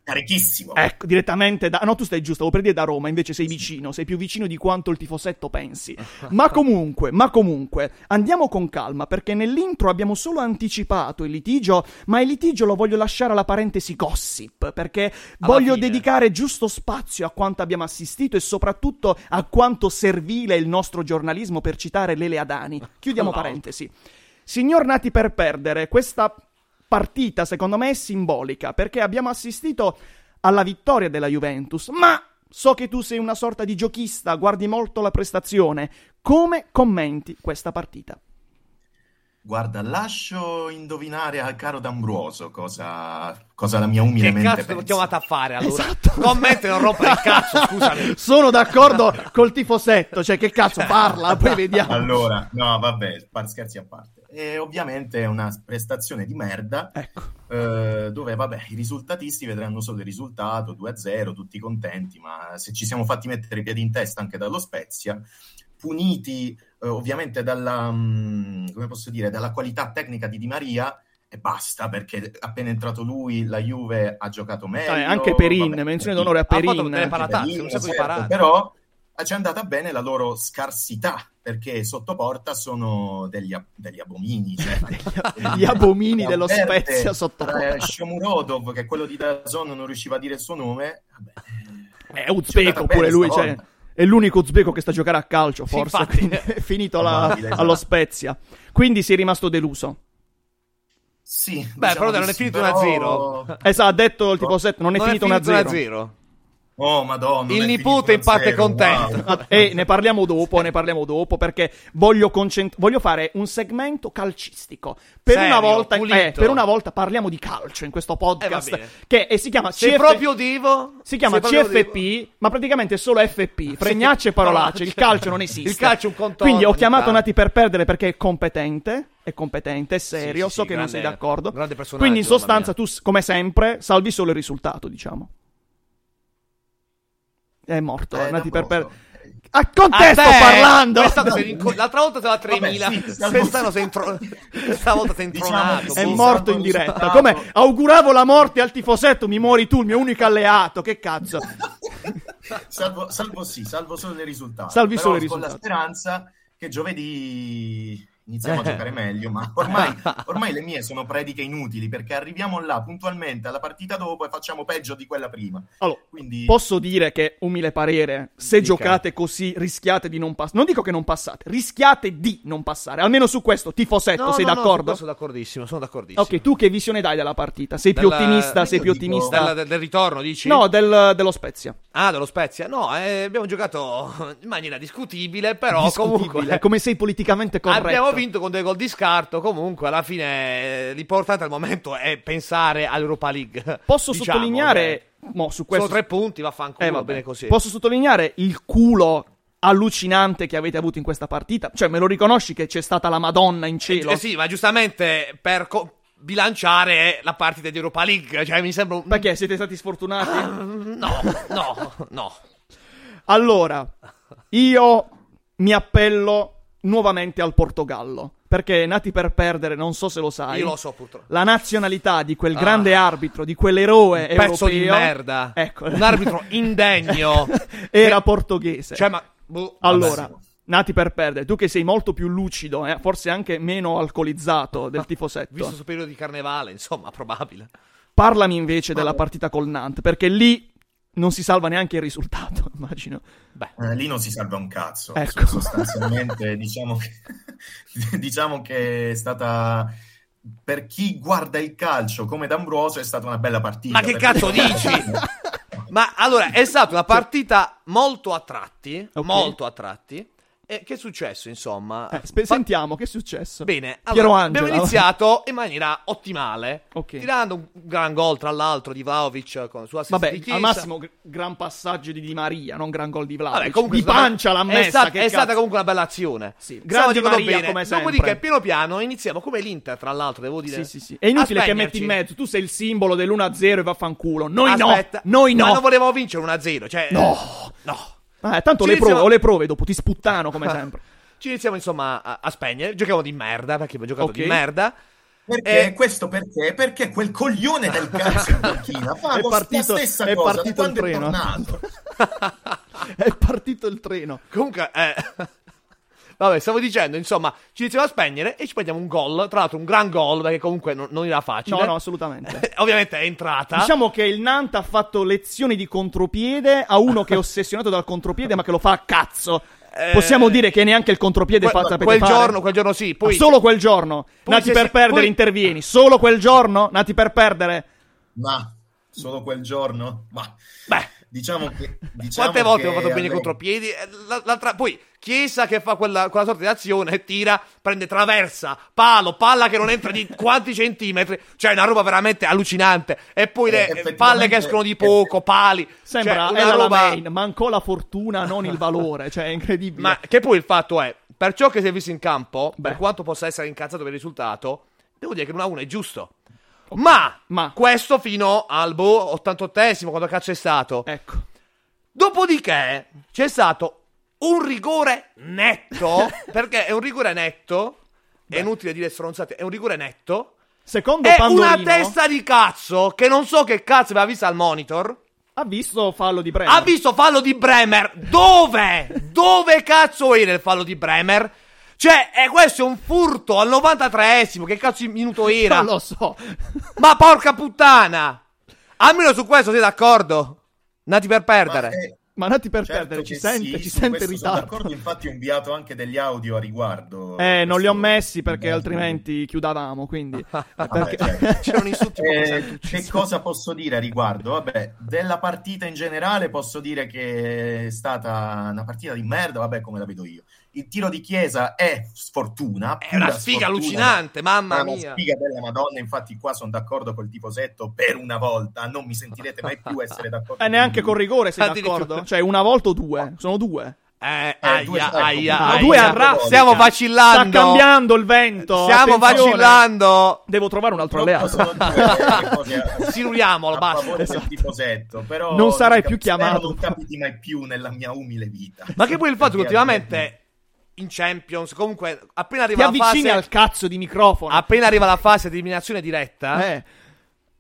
I: Carichissimo.
D: Eh.
C: Ecco, direttamente da... No, tu stai giusto, volevo per dire da Roma, invece sei vicino, sei più vicino di quanto il tifosetto pensi. Ma comunque, ma comunque, andiamo con calma, perché nell'intro abbiamo solo anticipato il litigio, ma il litigio lo voglio lasciare alla parentesi gossip, perché
D: Alla
C: voglio
D: fine.
C: dedicare giusto spazio a quanto abbiamo assistito e soprattutto a quanto servile è il nostro giornalismo per citare Lele
D: Ah,
C: Adani. Chiudiamo
D: Tra l'altro.
C: parentesi. Signor Nati per perdere, questa partita secondo me è simbolica perché abbiamo assistito alla vittoria della Juventus, ma so che tu sei una sorta di giochista, guardi molto la prestazione. Come commenti questa partita?
I: Guarda, lascio indovinare al caro D'Ambruoso cosa, cosa la mia umile
D: Che
I: mente
D: cazzo ti ho
I: pensa.
D: chiamato a fare allora?
C: Esatto.
D: Commenta e non rompere il cazzo, scusami.
C: Sono d'accordo col tifosetto, cioè che cazzo parla, poi vediamo.
I: Allora, no, vabbè, par- scherzi a parte. E ovviamente è una prestazione di merda,
C: Ecco.
I: eh, dove vabbè, i risultatisti vedranno solo il risultato, 2-0, tutti contenti, ma se ci siamo fatti mettere i piedi in testa anche dallo Spezia, puniti eh, ovviamente dalla, mh, come posso dire, dalla qualità tecnica di Di Maria, e basta, perché appena è entrato lui la Juve ha giocato meglio.
C: Eh, anche Perin,
I: vabbè,
C: menzione
I: sì.
C: d'onore a
D: Ha fatto
C: Perin. eh,
D: delle parate- Paratazzi,
I: Sì,
D: un sacco di
I: certo,
D: parate.
I: Però ci è andata bene la loro scarsità, perché sotto porta sono degli, ab- degli abomini. Cioè,
C: Gli abomini
I: Valverde,
C: dello Spezia sotto
I: eh, Shomurodov, che è quello di Dazon, non riusciva a dire il suo nome. Vabbè, eh,
C: È uzbeko pure lui, cioè, è l'unico uzbeko che sta a giocare a calcio,
D: Sì,
C: forse.
D: infatti.
C: quindi è finito la-
I: Probabile, esatto.
C: allo Spezia. Quindi si è rimasto deluso.
I: Sì,
D: Beh,
I: diciamo
D: però non
I: di
D: è
I: sì,
D: finito
I: però-
D: 1-0.
C: Esatto, ha detto il tipo 7, non è finito 1
D: 1-0.
C: 0.
I: Oh, madonna.
D: Il
I: non è
D: nipote in
I: finito
D: parte
I: 1-0, wow.
D: contento.
C: E ne parliamo dopo, ne parliamo dopo perché voglio, concent- voglio fare un segmento calcistico. Per,
D: Serio,
C: una volta,
D: pulito.
C: eh, per una volta parliamo di calcio in questo
D: Eh,
C: podcast
D: va bene.
C: che eh, si chiama
D: Sei
C: CF
D: proprio divo?
C: Si chiama
D: Sei proprio Ah,
C: CFP,
D: divo?
C: ma praticamente è solo FP, fregnacce e parolacce, il calcio non esiste.
D: cioè, Il calcio è un contorno,
C: Quindi ho
D: ogni
C: chiamato
D: tanto.
C: Nati per perdere perché è competente, è competente, è serio,
D: Sì, sì,
C: so
D: sì,
C: che non sei
D: grande-
C: d'accordo.
D: grande personaggio,
C: Quindi in
D: mamma
C: sostanza tu,
D: mia.
C: s- come sempre, salvi solo il risultato, diciamo. È morto,
I: Eh,
C: Nati per
I: D'Ambroso.
C: perdere. A contesto
D: A te!
C: parlando!
D: Quest'anno sei rinco- L'altra volta stava a
I: Vabbè,
D: 3000.
I: sì, siamo-
D: Quest'anno sei intro... Questa volta sei
I: Diciamo
D: intronato.
I: che
C: È
I: sì,
D: boh.
C: morto in
I: salvo il
C: diretta.
I: risultato.
C: Come auguravo la morte al tifosetto, mi muori tu, il mio unico alleato. Che cazzo.
I: salvo, salvo sì, salvo solo i risultati.
C: Salvi
I: Però
C: solo i
I: Con la
C: risultati.
I: speranza che giovedì iniziamo a
D: Eh.
I: giocare meglio, ma ormai, ormai le mie sono prediche inutili perché arriviamo là puntualmente alla partita dopo e facciamo peggio di quella prima.
C: Allora,
I: Quindi
C: posso dire che, umile parere, se
D: Dica.
C: giocate così rischiate di non passare. Non dico che non passate, rischiate di non passare. Almeno su questo, tifosetto,
D: No,
C: sei
D: no, no, su
C: d'accordo?
D: questo sono d'accordissimo, sono d'accordissimo.
C: ok, tu che visione dai della partita? Sei più
D: Della-
C: ottimista? Sei
I: Io
C: più
I: dico-
C: ottimista?
D: Della- del, del ritorno, dici?
C: No, del- dello Spezia.
D: Ah, dello Spezia. No, eh, abbiamo giocato in maniera discutibile, però
C: Discutibile,
D: comunque...
C: come sei politicamente corretto.
D: Abbiamo vinto con due gol di scarto. Comunque, alla fine, eh, l'importante al momento è pensare all'Europa League.
C: Posso
D: Diciamo,
C: sottolineare...
D: cioè,
C: Mo, su questo...
D: Sono tre punti, vaffanculo,
C: Eh, vabbè.
D: bene così.
C: Posso sottolineare il culo allucinante che avete avuto in questa partita? Cioè, me lo riconosci che c'è stata la Madonna in cielo?
D: Eh sì, ma giustamente per co- bilanciare la partita di Europa League, cioè mi sembra un... Mm,
C: Perché siete stati sfortunati?
D: No, no, no.
C: Allora, io mi appello nuovamente al Portogallo. Perché nati per perdere, non so se lo sai.
D: Io lo so purtroppo.
C: La nazionalità di quel
D: Ah.
C: grande arbitro, di quell'eroe
D: Un pezzo di
C: europeo-
D: merda.
C: Ecco.
D: Un arbitro indegno.
C: Era portoghese.
D: Cioè, ma... boh,
C: Allora,
I: Vabbè, sì.
C: nati per perdere, tu che sei molto più lucido, eh, forse anche meno alcolizzato del tifosetto.
D: Visto questo periodo di carnevale, insomma, probabile.
C: Parlami invece della partita col Nantes, perché lì non si salva neanche il risultato, immagino.
I: Eh, lì non si salva un cazzo.
C: Ecco.
I: Sostanzialmente diciamo che, diciamo che è stata... Per chi guarda il calcio come D'Ambrosio è stata una bella partita.
D: Ma che
I: perché- diciamo
D: cazzo dici? Ma allora, è stata una partita molto a tratti,
C: Ok.
D: molto a tratti. E che è successo, insomma?
C: Eh, spe-
D: Ah, Fa-
C: sentiamo, che è successo?
D: Bene,
C: Piero
D: allora,
C: Angela.
D: abbiamo iniziato in maniera ottimale,
C: Ok.
D: tirando un gran gol tra l'altro di Vlaovic con sua assist
C: Vabbè,
D: di Chiesa.
C: al massimo gr- gran passaggio di Di Maria, non gran gol di Vlad.
D: Vabbè, comunque
C: di
D: è stata-
C: pancia l'ha
D: È,
C: messa,
D: stata,
C: che
D: è stata
C: cazzo.
D: comunque una bella azione.
C: Sì,
D: Stavo
C: grande Di
D: giocando
C: Maria,
D: bene.
C: come
D: Dopodiché,
C: sempre.
D: piano piano, iniziamo come l'Inter, tra l'altro, devo
C: Sì,
D: dire.
C: sì, sì. È inutile
D: a
C: che metti in
D: spegnerci.
C: mezzo, tu sei il simbolo dell'1-0 e vaffanculo. Noi
D: Aspetta,
C: no, noi no.
D: Ma non volevamo vincere 1-0, cioè...
C: No.
D: No.
C: Ah, eh, tanto
D: Ci
C: le prove,
D: iniziamo-
C: ho le prove dopo, ti sputtano come sempre.
D: Ci iniziamo insomma a, a spegnere. Giochiamo di merda perché abbiamo giocato
C: Ok.
D: di merda.
I: Perché?
D: Eh,
I: questo perché? Perché quel coglione del cazzo in Burkina fa
C: È
I: lo-
C: partito-
I: la stessa
C: è
I: cosa da
C: partito il
I: quando è
C: treno.
I: tornato.
C: è partito il treno.
D: Comunque, eh, vabbè, stavo dicendo, insomma, ci iniziamo a spegnere e ci prendiamo un gol. Tra l'altro, un gran gol perché comunque non, non era facile.
C: No, no, assolutamente.
D: Ovviamente è entrata.
C: Diciamo che il Nant ha fatto lezioni di contropiede a uno che è ossessionato dal contropiede, ma che lo fa a cazzo.
D: Eh,
C: Possiamo dire che neanche il contropiede
I: quel-
C: fa sapete
D: quel
C: fare?
D: giorno, quel giorno sì. Poi
C: Ah, solo quel giorno.
D: Poi
C: Nati
D: se
C: per
D: si-
C: perdere,
D: poi-
C: intervieni. Solo quel giorno? Nati per perdere?
I: Ma solo quel giorno? Ma
D: Beh.
I: diciamo che diciamo
D: quante volte
I: che
D: ho fatto bene i
I: alle-
D: contropiedi? Eh, la- l'altra- poi Chiesa che fa quella, quella sorta di azione, eh, tira, prende traversa, palo, palla che non entra di quanti centimetri, cioè una roba veramente allucinante. E poi le
I: Eh, effettivamente-
D: palle che escono di poco, pali.
C: Sembra
D: cioè,
C: Ella
D: una roba.
C: Lamain, mancò la fortuna, non il valore. Cioè, è incredibile.
D: Ma che poi il fatto è, per ciò che si è visto in campo,
C: Beh.
D: per quanto possa essere incazzato per il risultato, devo dire che l'1-1 è giusto. Ma,
C: Ma-
D: questo fino al boh, 88esimo, quando cazzo è stato.
C: Ecco.
D: Dopodiché c'è stato un rigore netto, perché è un rigore netto, è inutile dire stronzate, è un rigore netto,
C: Secondo
D: è
C: Pandolino,
D: una testa di cazzo che non so che cazzo aveva vista al monitor,
C: ha visto fallo di Bremer.
D: ha visto fallo di Bremer, dove? Dove cazzo era il fallo di Bremer? Cioè, e questo è un furto al 93esimo, che cazzo di minuto era?
C: Non lo so.
D: Ma porca puttana! Almeno su questo sei d'accordo? Nati per
I: Ma,
D: perdere.
I: eh,
C: Ma Nati per
I: certo
C: perdere, ci
I: che
C: sente,
I: sì,
C: ci
I: su
C: sente in
I: questo sono
C: ritardo.
I: d'accordo, infatti ho inviato anche degli audio a riguardo.
C: Eh, non li ho
I: Questo-
C: messi perché altrimenti chiudavamo, quindi...
I: Ah, Vabbè,
C: perché-
I: certo.
D: C'erano insulti proprio
I: Eh,
D: santucci.
I: che cosa posso dire a riguardo? Vabbè, della partita in generale posso dire che è stata una partita di merda, vabbè, come la vedo io. Il tiro di Chiesa è sfortuna.
D: È
I: pura
D: una sfiga
I: sfortuna.
D: allucinante, mamma
I: È una
D: mia.
I: sfiga della Madonna, infatti qua sono d'accordo col tifosetto per una volta, non mi sentirete mai più essere d'accordo.
C: E Eh, neanche
I: con
C: con
I: lui.
C: rigore sei
D: Addirittura.
C: d'accordo? Cioè, una volta o
I: Ah.
C: due? Sono due. Ah,
D: Eh,
I: due-
D: aia,
I: ecco,
D: aia,
I: due
D: aia.
C: due a raffica.
D: Stiamo vacillando.
C: Sta cambiando il vento.
D: Stiamo
C: attenzione.
D: vacillando.
C: Devo trovare un altro
I: Purtroppo
C: alleato.
I: sono due eh, le cose a-
D: Siluliamolo,
I: a
D: basta.
I: favore del
C: Esatto.
I: tifosetto, però
C: Non sarai
I: cap-
C: più chiamato.
I: spero non capiti mai più nella mia umile vita.
D: Ma che poi il fatto che
I: Perché
D: ultimamente in Champions, comunque, appena
C: Ti
D: arriva la
C: avvicini
D: fase
C: al cazzo di microfono.
D: Ah, appena arriva la fase di eliminazione diretta,
C: Eh,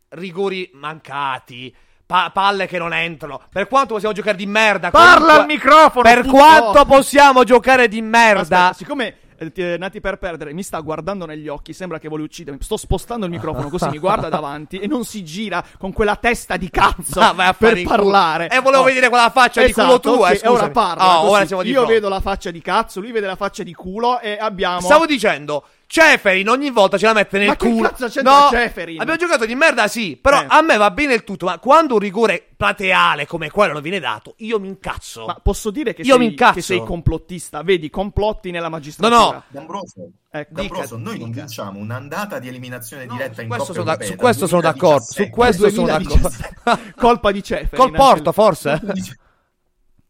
D: rigori mancati. pa- palle che non entrano. Per quanto possiamo giocare di merda.
C: Parla
D: comunque-
C: al microfono,
D: Per
C: putto!
D: quanto possiamo giocare di merda.
C: Aspetta, siccome eh, ti- eh, Nati per perdere mi sta guardando negli occhi, sembra che vuole uccidermi. Sto spostando il microfono così mi guarda davanti e non si gira con quella testa di cazzo
D: Ah, vai a fare
C: per
D: in culo.
C: parlare. Oh.
D: Eh, volevo vedere quella faccia di
C: Esatto,
D: culo tua,
C: ok,
D: eh,
C: e ora
D: scusami.
C: parla.
D: Ah,
C: così.
D: ora siamo di
C: Io
D: fronte.
C: vedo la faccia di cazzo, lui vede la faccia di culo e abbiamo
D: Stavo dicendo, Ceferin ogni volta ce la mette nel
C: Ma che
D: culo.
C: cazzo c'entra Ceferin?
D: Abbiamo giocato di merda, sì. Però
C: Eh.
D: a me va bene il tutto. Ma quando un rigore plateale come quello non viene dato, io mi incazzo.
C: Ma posso dire che,
D: Io mi
C: sei,
D: incazzo.
C: che sei complottista, vedi complotti nella magistratura.
D: No, no.
I: D'Ambrosio,
C: Ecco.
I: D'Ambrosio,
D: Eh, dica,
I: noi non
D: dica.
I: vinciamo un'andata di eliminazione
D: No,
I: diretta
D: su
I: in
D: questo
I: Coppa
D: sono da-
I: Europea
D: su
I: dal
D: questo sono d'accordo, su
I: 2017.
D: questo sono
I: 2017.
D: d'accordo.
C: Colpa di Ceferin.
D: Col
C: anche
D: Porto,
C: lì.
D: forse?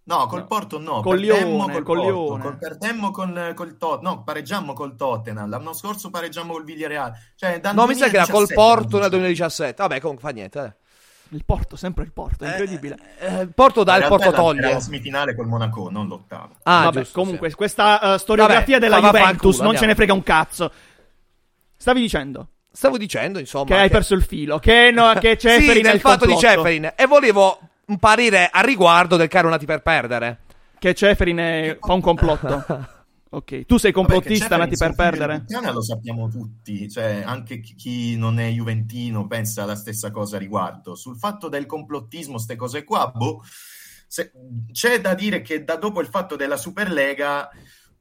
I: No, col Porto no,
C: Col
I: perdemmo
C: Lione,
I: col
C: col
I: Porto,
C: Lione.
I: col- perdemmo con col Tottenham, no, pareggiammo col Tottenham, l'anno scorso pareggiammo col Villarreal. Cioè, dal
D: No, mi sa che era col
I: 2017
D: Porto
I: non
D: nel
I: vinciamo.
D: 2017. Vabbè, comunque fa niente. dai.
C: Il Porto, sempre il Porto, è incredibile.
D: Eh, il Porto dà,
I: In
D: il
I: realtà
D: Porto
I: era- Era
D: toglie.
I: la semifinale col Monaco, non l'ottavo.
D: Ah,
C: Vabbè,
D: giusto,
C: comunque,
D: sì.
C: questa eh, storiografia
D: Vabbè,
C: della
D: fa- vaffanculo,
C: Juventus non ce
D: andiamo.
C: ne frega un cazzo. Stavi dicendo
D: Stavo dicendo, insomma.
C: che hai perso il filo, che, no, che Ceferin
D: Sì,
C: è
D: nel
C: il
D: fatto di
C: complotto,
D: Ceferin. E volevo un parere a riguardo del caro Nati per perdere.
C: Che Ceferin è- fa un complotto. ok, tu sei
I: Vabbè, che
C: complottista,
I: Ceferin
C: nati
I: sia
C: per
I: un figlio di
C: perdere.
I: puttana Lo sappiamo tutti, cioè anche chi, chi non è juventino pensa la stessa cosa a riguardo. Sul fatto del complottismo, queste cose qua, boh, se- c'è da dire che da dopo il fatto della Superlega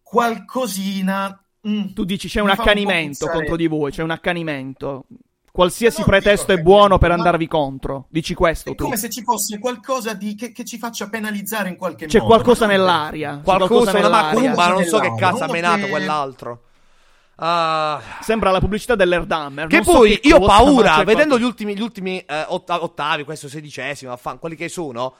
I: qualcosina... mm,
C: Tu dici c'è
I: mi
C: un
I: fa po'
C: accanimento
I: pensare-
C: contro di voi, c'è un accanimento. Qualsiasi
I: No, non
C: pretesto
I: dico
C: è buono per
I: accanimento, ma-
C: andarvi contro. Dici questo
I: È
C: tu.
I: come se ci fosse qualcosa di, che, che ci faccia penalizzare in qualche
C: C'è
I: modo.
C: qualcosa
I: Ma non-
C: nell'aria. c'è
D: Qualcosa, una
C: nell'aria.
D: macumba, non so che
I: Nell'aria.
D: cazzo ha
I: Uno
D: menato
I: che-
D: quell'altro. Ah.
C: Sembra la pubblicità dell'Erdammer.
D: Che
C: non so
D: poi io ho
C: cosa, ma
D: paura,
C: c'è
D: vedendo
C: qualcosa.
D: gli ultimi, gli ultimi eh, otta- ottavi, questo sedicesimo, affan, quelli che sono,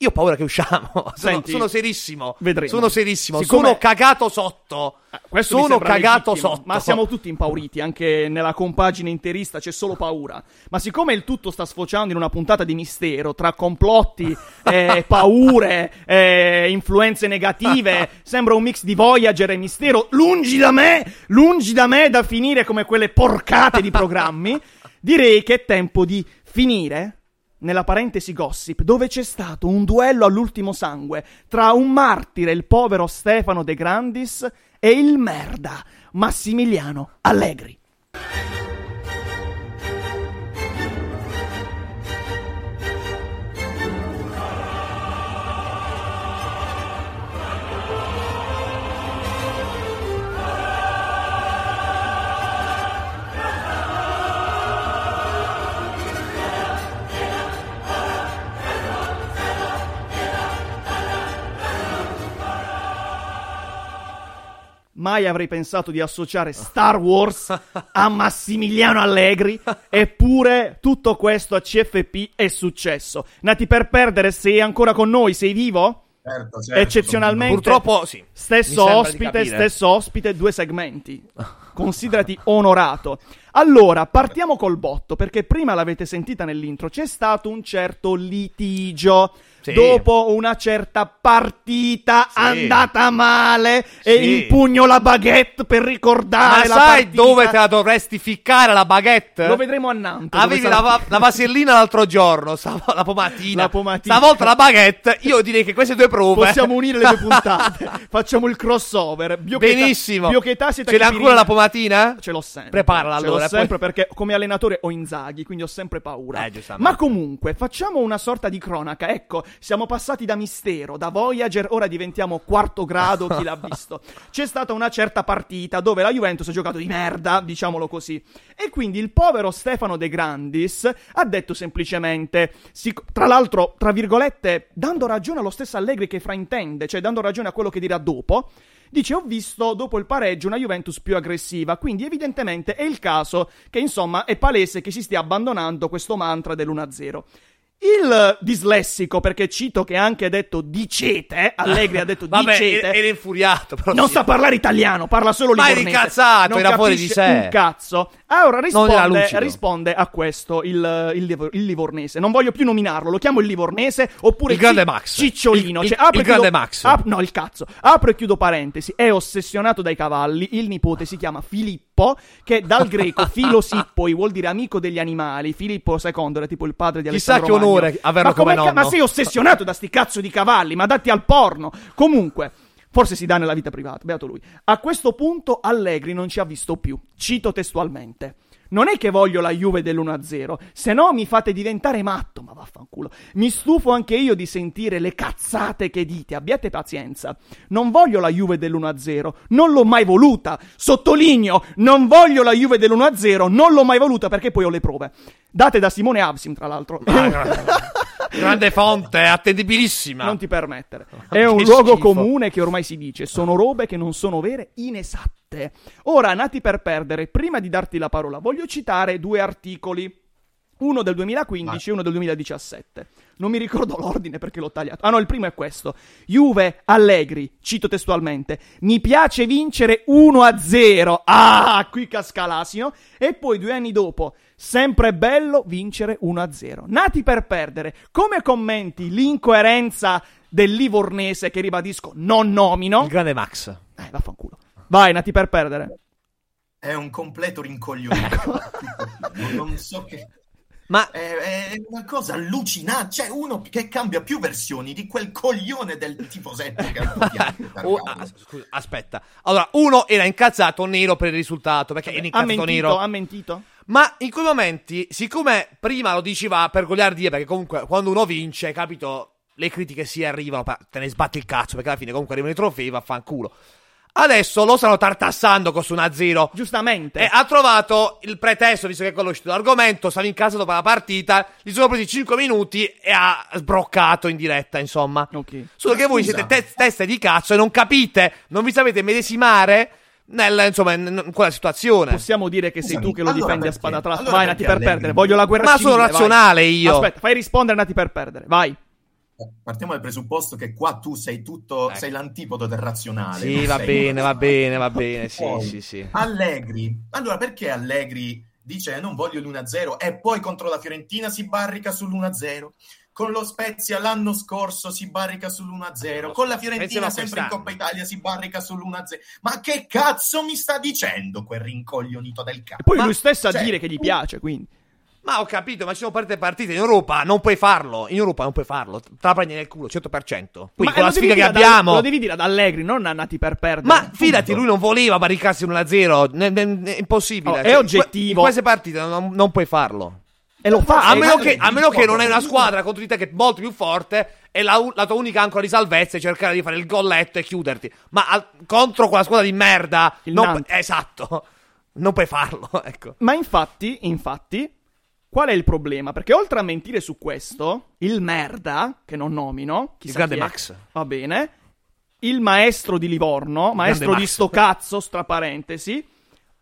D: io ho paura che usciamo. sono,
C: Senti,
D: sono serissimo.
C: vedremo.
D: Sono serissimo.
C: Siccome-
D: Sono cagato sotto.
C: Ah, questo mi
D: sono
C: sembra
D: cagato
C: legittimo,
D: sotto.
C: Ma siamo tutti impauriti, anche nella compagine interista c'è solo paura. Ma siccome il tutto sta sfociando in una puntata di mistero, tra complotti, eh, paure, eh, influenze negative, sembra un mix di Voyager e mistero, lungi da me, lungi da me da finire come quelle porcate di programmi, direi che è tempo di finire nella parentesi gossip, dove c'è stato un duello all'ultimo sangue tra un martire, il povero Stefano De Grandis, e il merda Massimiliano Allegri. Mai avrei pensato di associare Star Wars a Massimiliano Allegri, eppure tutto questo a CFP è successo. Nati per perdere, sei ancora con noi, sei vivo?
I: Certo, certo,
C: Eccezionalmente-
D: Purtroppo, sì.
C: Stesso
D: Mi sembra di
C: ospite,
D: capire.
C: stesso ospite, due segmenti. Considerati onorato. Allora, partiamo col botto, perché prima l'avete sentita nell'intro, c'è stato un certo litigio.
D: Sì.
C: Dopo una certa partita
D: Sì.
C: andata male e
D: Sì.
C: impugno la baguette per ricordare
D: Ma
C: la
D: sai
C: Ah, partita.
D: dove te la dovresti ficcare la baguette?
C: Lo vedremo a Nantes. dove
D: Avevi
C: sarà-
D: la, va- la vasellina l'altro giorno, stavo- la pomatina.
C: La pomatina.
D: Stavolta la baguette. Io direi che queste due prove.
C: Possiamo unire le due puntate. Facciamo il crossover. Biocheta-
D: Benissimo.
C: Biocheta siete
D: Ce l'ha
C: capirina.
D: ancora la pomatina?
C: Ce l'ho sempre.
D: Preparala
C: Ce
D: allora.
C: L'ho
D: poi-
C: sempre perché come allenatore ho Inzaghi, quindi ho sempre paura.
D: Eh, giustamente.
C: Ma comunque, facciamo una sorta di cronaca. Ecco, siamo passati da mistero, da Voyager, ora diventiamo quarto grado, chi l'ha visto. C'è stata una certa partita dove la Juventus ha giocato di merda, diciamolo così. E quindi il povero Stefano De Grandis ha detto semplicemente, sic- tra l'altro, tra virgolette, dando ragione allo stesso Allegri che fraintende, cioè dando ragione a quello che dirà dopo, dice ho visto dopo il pareggio una Juventus più aggressiva, quindi evidentemente è il caso che insomma è palese che si stia abbandonando questo mantra dell'1-0. Il dislessico, perché cito che ha anche detto dicete, Allegri ha detto
D: Vabbè,
C: dicete.
D: era- era infuriato. Però
C: Non
D: sì.
C: sa parlare italiano, parla solo
D: Ma è
C: livornese.
D: incazzato,
C: non
D: era fuori di
C: capisce
D: sé.
C: Un cazzo. Allora
D: era
C: risponde,
D: lucido.
C: risponde a questo il, il livo- il livornese. Non voglio più nominarlo, lo chiamo il livornese oppure
D: Il grande
C: Ci-
D: Max.
C: Cicciolino.
D: Il-
C: Cioè,
D: il-
C: apro e
D: il grande
C: chiudo-
D: Max.
C: ap- no, il cazzo. Apro e chiudo parentesi. È ossessionato dai cavalli. Il nipote si chiama Filippo. Filippo, che dal greco filosippoi vuol dire amico degli animali. Filippo II era tipo il padre di
D: Chissà
C: Alessandro
D: che
C: Magno.
D: onore averlo
C: ma come
D: come
C: ca- Ma
D: nonno.
C: sei ossessionato da sti cazzo di cavalli, ma datti al porno. Comunque... Forse si dà nella vita privata, beato lui. A questo punto Allegri non ci ha visto più. Cito testualmente. Non è che voglio la Juve dell'1-0, se no mi fate diventare matto, ma vaffanculo. Mi stufo anche io di sentire le cazzate che dite, abbiate pazienza. Non voglio la Juve dell'1-0, non l'ho mai voluta. Sottolineo, non voglio la Juve dell'1-0, non l'ho mai voluta perché poi ho le prove. Date da Simone Absim, tra l'altro.
D: Grande fonte, attendibilissima.
C: Non ti permettere. È un
D: Che
C: luogo
D: schifo.
C: comune che ormai si dice, sono robe che non sono vere, inesatte. Ora, nati per perdere, prima di darti la parola, voglio citare due articoli. Uno del 2015 e uno del 2017. Non mi ricordo l'ordine perché l'ho tagliato. Ah no, il primo è questo. Juve Allegri, cito testualmente, mi piace vincere 1-0. Ah, qui casca l'asino. E poi due anni dopo, sempre bello vincere 1-0. Nati per perdere. Come commenti l'incoerenza del Livornese che ribadisco non nomino?
D: Il grande Max.
C: Eh, vaffanculo. Vai, nati per perdere.
I: È un completo rincoglionito. Non- non so che...
D: Ma
C: Eh.
I: È, è una cosa allucinante. C'è uno che cambia più versioni di quel coglione del tifosetto che ha copiato. per
D: Oh,
I: cavolo.
D: ah, scusa, aspetta. Allora, uno era incazzato nero per il risultato, perché era
C: Ha
D: incazzato
C: mentito,
D: nero.
C: ha mentito.
D: Ma in quei momenti, siccome prima lo diceva per gogliardia, perché comunque quando uno vince, capito, le critiche si arrivano, pa- te ne sbatti il cazzo, perché alla fine comunque arrivano i trofei, vaffanculo. Adesso lo stanno tartassando con su 1-0.
C: Giustamente.
D: E ha trovato il pretesto, visto che è conosciuto l'argomento, stava in casa dopo la partita, gli sono presi 5 minuti e ha sbroccato in diretta, insomma.
C: Ok.
D: Solo che voi
I: Scusa.
D: siete te- teste di cazzo e non capite, non vi sapete medesimare nel, insomma, in, in quella situazione.
C: Possiamo dire che sei
I: Scusami,
C: tu che lo
I: allora
C: difendi a
I: perché?
C: spada tratta.
I: Allora
C: vai, Nati,
I: perché
C: per
I: Allegri?
C: perdere. Voglio la guerra
D: Ma
C: civile.
D: sono
C: vai.
D: razionale io.
C: Aspetta, fai rispondere, Nati, per perdere. Vai.
I: Partiamo dal presupposto che qua tu sei tutto, sei l'antipodo del razionale.
D: Ecco. Sì,
I: non
D: va
I: sei-
D: bene, va bene, va bene, sì,
I: Poi,
D: sì, sì.
I: Allegri. Allora, perché Allegri dice "Eh, non voglio l'1-0 e poi contro la Fiorentina si barrica sull'1-0? Con lo Spezia l'anno scorso si barrica sull'1-0, con la Fiorentina
D: Eh, Spezia va
I: sempre in
D: quest'anno.
I: Coppa Italia si barrica sull'1-0. Ma che cazzo mi sta dicendo quel rincoglionito del
C: E
I: cazzo?
C: poi
D: Ma-
C: lui stesso a
I: cioè,
C: dire che gli piace, quindi.
D: Ma ho capito, ma ci sono parte partite in Europa, non puoi farlo. In Europa non puoi farlo. Te la prendi nel culo 100%. Quindi
C: eh,
D: con
C: lo
D: la
C: devi
D: sfiga che
C: dire ad-
D: abbiamo.
C: Lo devi dire ad Allegri, non a Nati per perdere.
D: Ma fidati,
C: Punto.
D: lui non voleva barricarsi 1-0. Ne- ne- ne- È impossibile.
C: Oh, è
D: in que-
C: oggettivo.
D: In queste partite non, non puoi farlo.
C: E lo fa.
D: A
C: eh,
D: meno,
I: ma-
D: che, a meno che non hai una
I: ma-
D: squadra contro di te che è molto più forte e la, u- la tua unica ancora di salvezza è cercare di fare il golletto e chiuderti. Ma al- contro quella squadra di merda.
C: Il
D: non-
C: Nantes.
D: esatto. Non puoi farlo, ecco.
C: Ma infatti, infatti, qual è il problema? Perché oltre a mentire su questo, il merda, che non nomino, chissà
D: grande
C: chi è,
D: Max.
C: va bene, il maestro di Livorno, maestro di
D: Max.
C: sto cazzo, stra parentesi,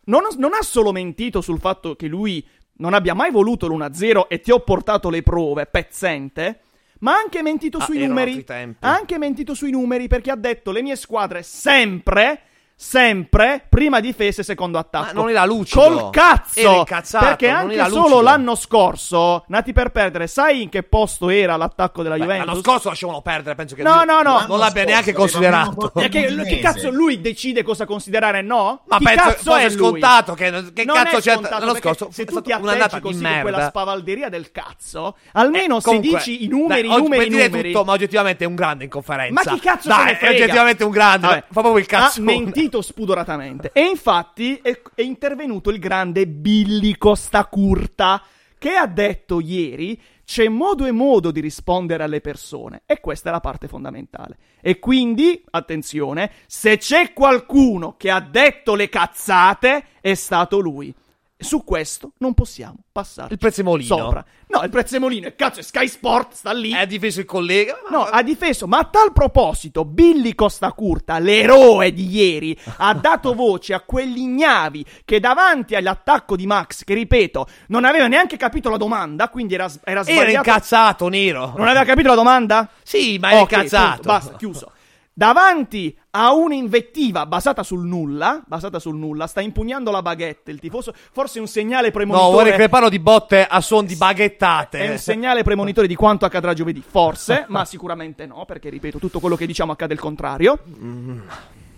C: non, non ha solo mentito sul fatto che lui non abbia mai voluto l'1-0 e ti ho portato le prove, pezzente, ma ha anche mentito
D: Ah,
C: sui
D: erano
C: numeri.
D: altri tempi.
C: Ha anche mentito sui numeri perché ha detto le mie squadre sempre, sempre, prima difesa e secondo attacco.
D: Ma non era lucido.
C: Col cazzo!
D: Era incazzato,
C: perché
D: non
C: anche
D: era
C: solo
D: lucido.
C: l'anno scorso, nati per perdere, sai in che posto era l'attacco della
D: Beh,
C: Juventus?
D: L'anno scorso lasciavano perdere, penso che
C: No,
D: lui
C: no, no.
D: non l'abbia
I: L'anno
D: neanche
I: scorso avevamo
D: considerato.
I: votato-
C: Perché lui- che cazzo lui decide cosa considerare no?
D: Ma
C: Chi
D: penso
C: cazzo
D: cosa
C: è
D: è
C: lui?
D: scontato che- che
C: Non
D: cazzo
C: è
D: c'è-
C: scontato,
D: l'anno
C: perché
D: scorso
C: se
D: è
C: tu ti
D: stata un'annata
C: atteggi
D: di
C: così con
D: merda. Eh,
C: quella spavalderia del cazzo, almeno se
D: Comunque,
C: dici i numeri,
D: dai,
C: i
D: oggi
C: numeri,
D: puoi
C: i
D: dire
C: numeri.
D: tutto, ma oggettivamente è un grande in
C: Ma
D: conferenza.
C: chi cazzo
D: Dai,
C: se ne frega?
D: è oggettivamente un grande,
C: Vabbè, Ah,
D: fa proprio il cazzo.
C: Ha mentito spudoratamente. E infatti è, è intervenuto il grande Billy Costacurta, che ha detto ieri c'è modo e modo di rispondere alle persone. E questa è la parte fondamentale. E quindi, attenzione, se c'è qualcuno che ha detto le cazzate, è stato lui. Su questo non possiamo passare
D: Il prezzemolino. Eh,
C: sopra. No, il prezzemolino, e cazzo, è Sky Sport, sta lì.
D: Ha difeso il collega. ma-
C: No, ha difeso, ma a tal proposito, Billy Costacurta, l'eroe di ieri, ha dato voce a quegli ignavi che davanti all'attacco di Max, che ripeto, non aveva neanche capito la domanda, quindi era, s- era
D: Era
C: sbagliato.
D: incazzato, Nero.
C: non aveva capito la domanda?
D: Sì, ma era
C: Ok,
D: incazzato.
C: punto, basta, chiuso. Davanti a un'invettiva basata sul nulla, basata sul nulla, sta impugnando la baguette, il tifoso, forse un segnale
D: No,
C: premonitore
D: vuole che le parlo di botte a son di baghettate.
C: è un segnale premonitore di quanto accadrà
D: Mm.
C: giovedì, forse, ma sicuramente no, perché ripeto, tutto quello che diciamo accade il contrario.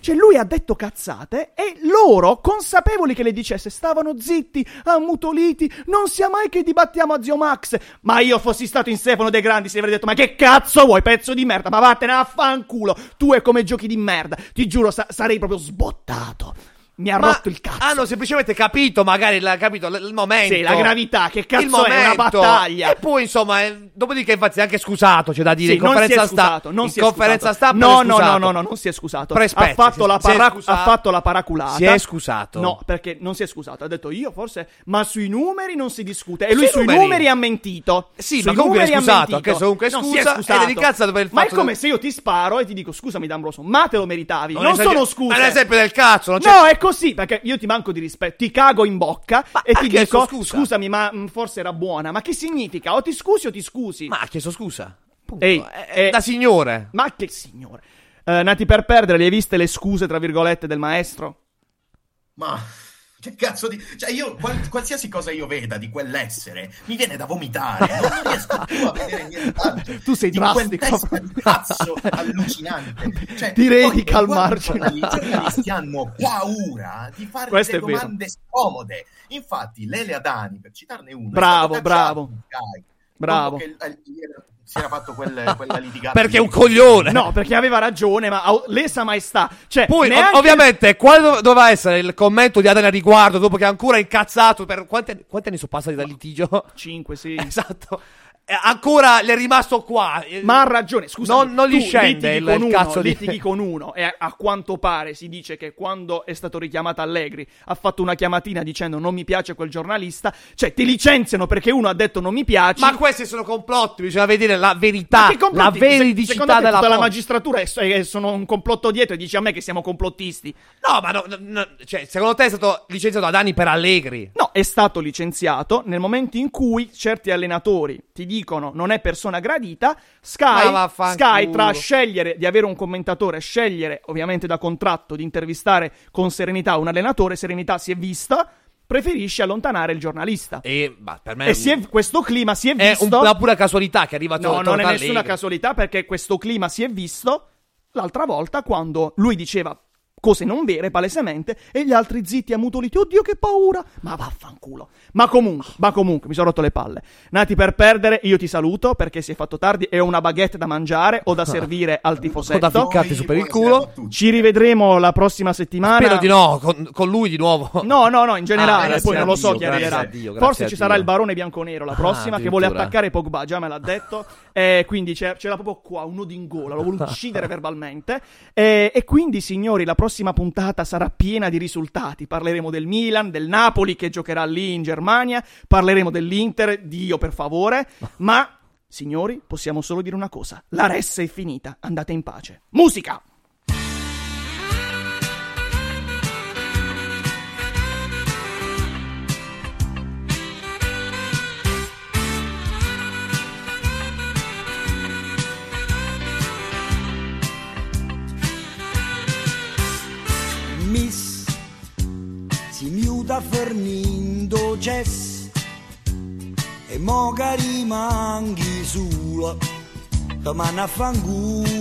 C: Cioè, lui ha detto cazzate e loro, consapevoli che le dicesse, stavano zitti, ammutoliti, non sia mai che dibattiamo a zio Max. Ma io fossi stato in Stefano De Grandi, si avrei detto, ma che cazzo vuoi, pezzo di merda, ma vattene a fanculo, tu è come giochi di merda, ti giuro, sa- sarei proprio sbottato. Mi ha
D: Ma
C: rotto il cazzo.
D: Hanno semplicemente capito, magari la- capito, l- il momento.
C: Sì, la gravità, che cazzo
D: il
C: è, una
D: momento.
C: battaglia.
D: E poi, insomma, eh, dopodiché, infatti, si è anche scusato. C'è da dire,
C: Sì,
D: in
C: non si è
D: conferenza
C: scusato,
D: stampa.
C: non
D: in
C: si è
D: conferenza
C: scusato.
D: stampa.
C: No,
D: non è
C: no, no,
D: scusato.
C: no, no, non si è scusato.
D: Tre
C: ha,
D: spezzi,
C: fatto
D: si-
C: la
D: si è
C: parra-
D: scusato.
C: ha fatto la paraculata.
D: Si è scusato.
C: No, perché non si è scusato. Ha detto io forse, ma sui numeri non si discute. E lui
D: Sui
C: sui numeri,
D: numeri.
C: ha mentito.
D: Sì,
C: Sui
D: lui comunque
C: numeri
D: è
C: ha
D: scusato,
C: mentito.
D: anche se comunque è
C: Non si
D: scusa, ed è
C: scusato.
D: ricazzato per il
C: Ma è
D: fatto del-
C: come se io ti sparo e ti dico scusami D'Ambrosio, ma te lo meritavi.
D: Non
C: Non,
D: è un esempio-
C: sono scuse.
D: ma è un esempio del cazzo, non c'è-
C: No, è così, perché io ti manco di rispetto, ti cago in bocca
D: Ma
C: e
D: ha
C: ti
D: chiesto
C: dico
D: scusa.
C: scusami, ma mh, forse era buona. Ma che significa? O ti scusi o ti scusi?
D: Ma ha chiesto scusa. Punto.
C: Ehi,
D: È-
C: eh,
D: è da signore.
C: Ma che signore. Eh, nati per perdere, le hai viste le scuse, tra virgolette, del maestro?
I: Ma che cazzo di... Cioè io, qual- qualsiasi cosa io veda di quell'essere, mi viene da vomitare. Non riesco più a vedere nient'altro.
C: Tu sei
I: di
C: drastico.
I: quel di cazzo allucinante. Cioè,
C: Direi
I: poi
C: di
I: quei guardi
C: calmarci.
I: giornali- I giornalisti hanno paura di fare
C: Questo
I: delle
C: è vero.
I: domande scomode. Infatti Lele Adani, per citarne uno... è
C: Bravo,
I: stato
C: bravo.
I: cacciato dai,
C: Bravo.
I: dopo che, eh, si era fatto quel- quella litigata...
D: Perché è
I: lì.
D: un coglione.
C: No, perché aveva ragione, ma au- lesa maestà. Cioè,
D: Poi,
C: neanche-
D: ov- ovviamente, quale dov- doveva essere il commento di Adele a riguardo dopo che è ancora incazzato per quanti, anni- quanti anni sono passati dal litigio?
C: Cinque, sì.
D: esatto. Eh, Ancora le è rimasto qua. Eh,
C: Ma ha ragione, scusa.
D: Non, non gli scende il,
C: litighi con
D: il
C: uno,
D: cazzo di.
C: litighi con uno e a, a quanto pare si dice che quando è stato richiamato Allegri ha fatto una chiamatina dicendo non mi piace quel giornalista, cioè ti licenziano perché uno ha detto non mi piace.
D: Ma questi sono complotti, bisogna vedere la verità,
C: Ma che
D: la
C: complotti? Se-
D: veridicità
C: secondo te
D: della
C: tutta la
D: cosa.
C: magistratura è, è- sono un complotto dietro e dici a me che siamo complottisti.
D: No, ma no, no, no, cioè, secondo te è stato licenziato ad anni per Allegri?
C: No, è stato licenziato nel momento in cui certi allenatori ti dicono non è persona gradita,
D: Ma
C: Sky,
D: vaffanculo.
C: Sky tra scegliere di avere un commentatore, scegliere ovviamente da contratto di intervistare con serenità un allenatore, serenità si è vista, preferisce allontanare il giornalista. E,
D: E ma per me
C: si è- questo clima si è
D: è
C: visto...
D: un- una pura casualità che arriva
C: No,
D: to-
C: non è
D: torna
C: nessuna
D: Allegri.
C: casualità perché questo clima si è visto l'altra volta quando lui diceva cose non vere palesemente e gli altri zitti ammutoliti. Oddio che paura! Ma vaffanculo. Ma comunque, ma comunque, mi sono rotto le palle. Nati per perdere, io ti saluto perché si è fatto tardi e ho una baguette da mangiare o da servire al
D: O da
C: tifosetto.
I: Poi,
D: ficcati su per il
I: buonasera
D: culo.
I: a tutti.
C: Ci rivedremo la prossima settimana.
D: Spero di no, con, con lui di nuovo.
C: No, no, no, in generale,
D: grazie
C: Ah, eh, poi non
D: a
C: lo so
D: Dio,
C: chi arriverà.
D: grazie a Dio, grazie
C: Forse
D: a
C: ci
D: Dio. Ah,
C: sarà il barone bianconero la prossima che
D: addirittura.
C: vuole attaccare Pogba, già me l'ha detto. E quindi c'è- c'era proprio qua uno d'ingola, lo vuole uccidere verbalmente. Eh, E, e quindi, signori, la prossima puntata sarà piena di risultati. Parleremo del Milan, del Napoli che giocherà lì in Germania, parleremo dell'Inter, Dio per favore, ma... Signori, possiamo solo dire una cosa: la ressa è finita, andate in pace. Musica!
G: Miss si miuta Fernindo Cess e mo che rimanghi solo domani a fanculo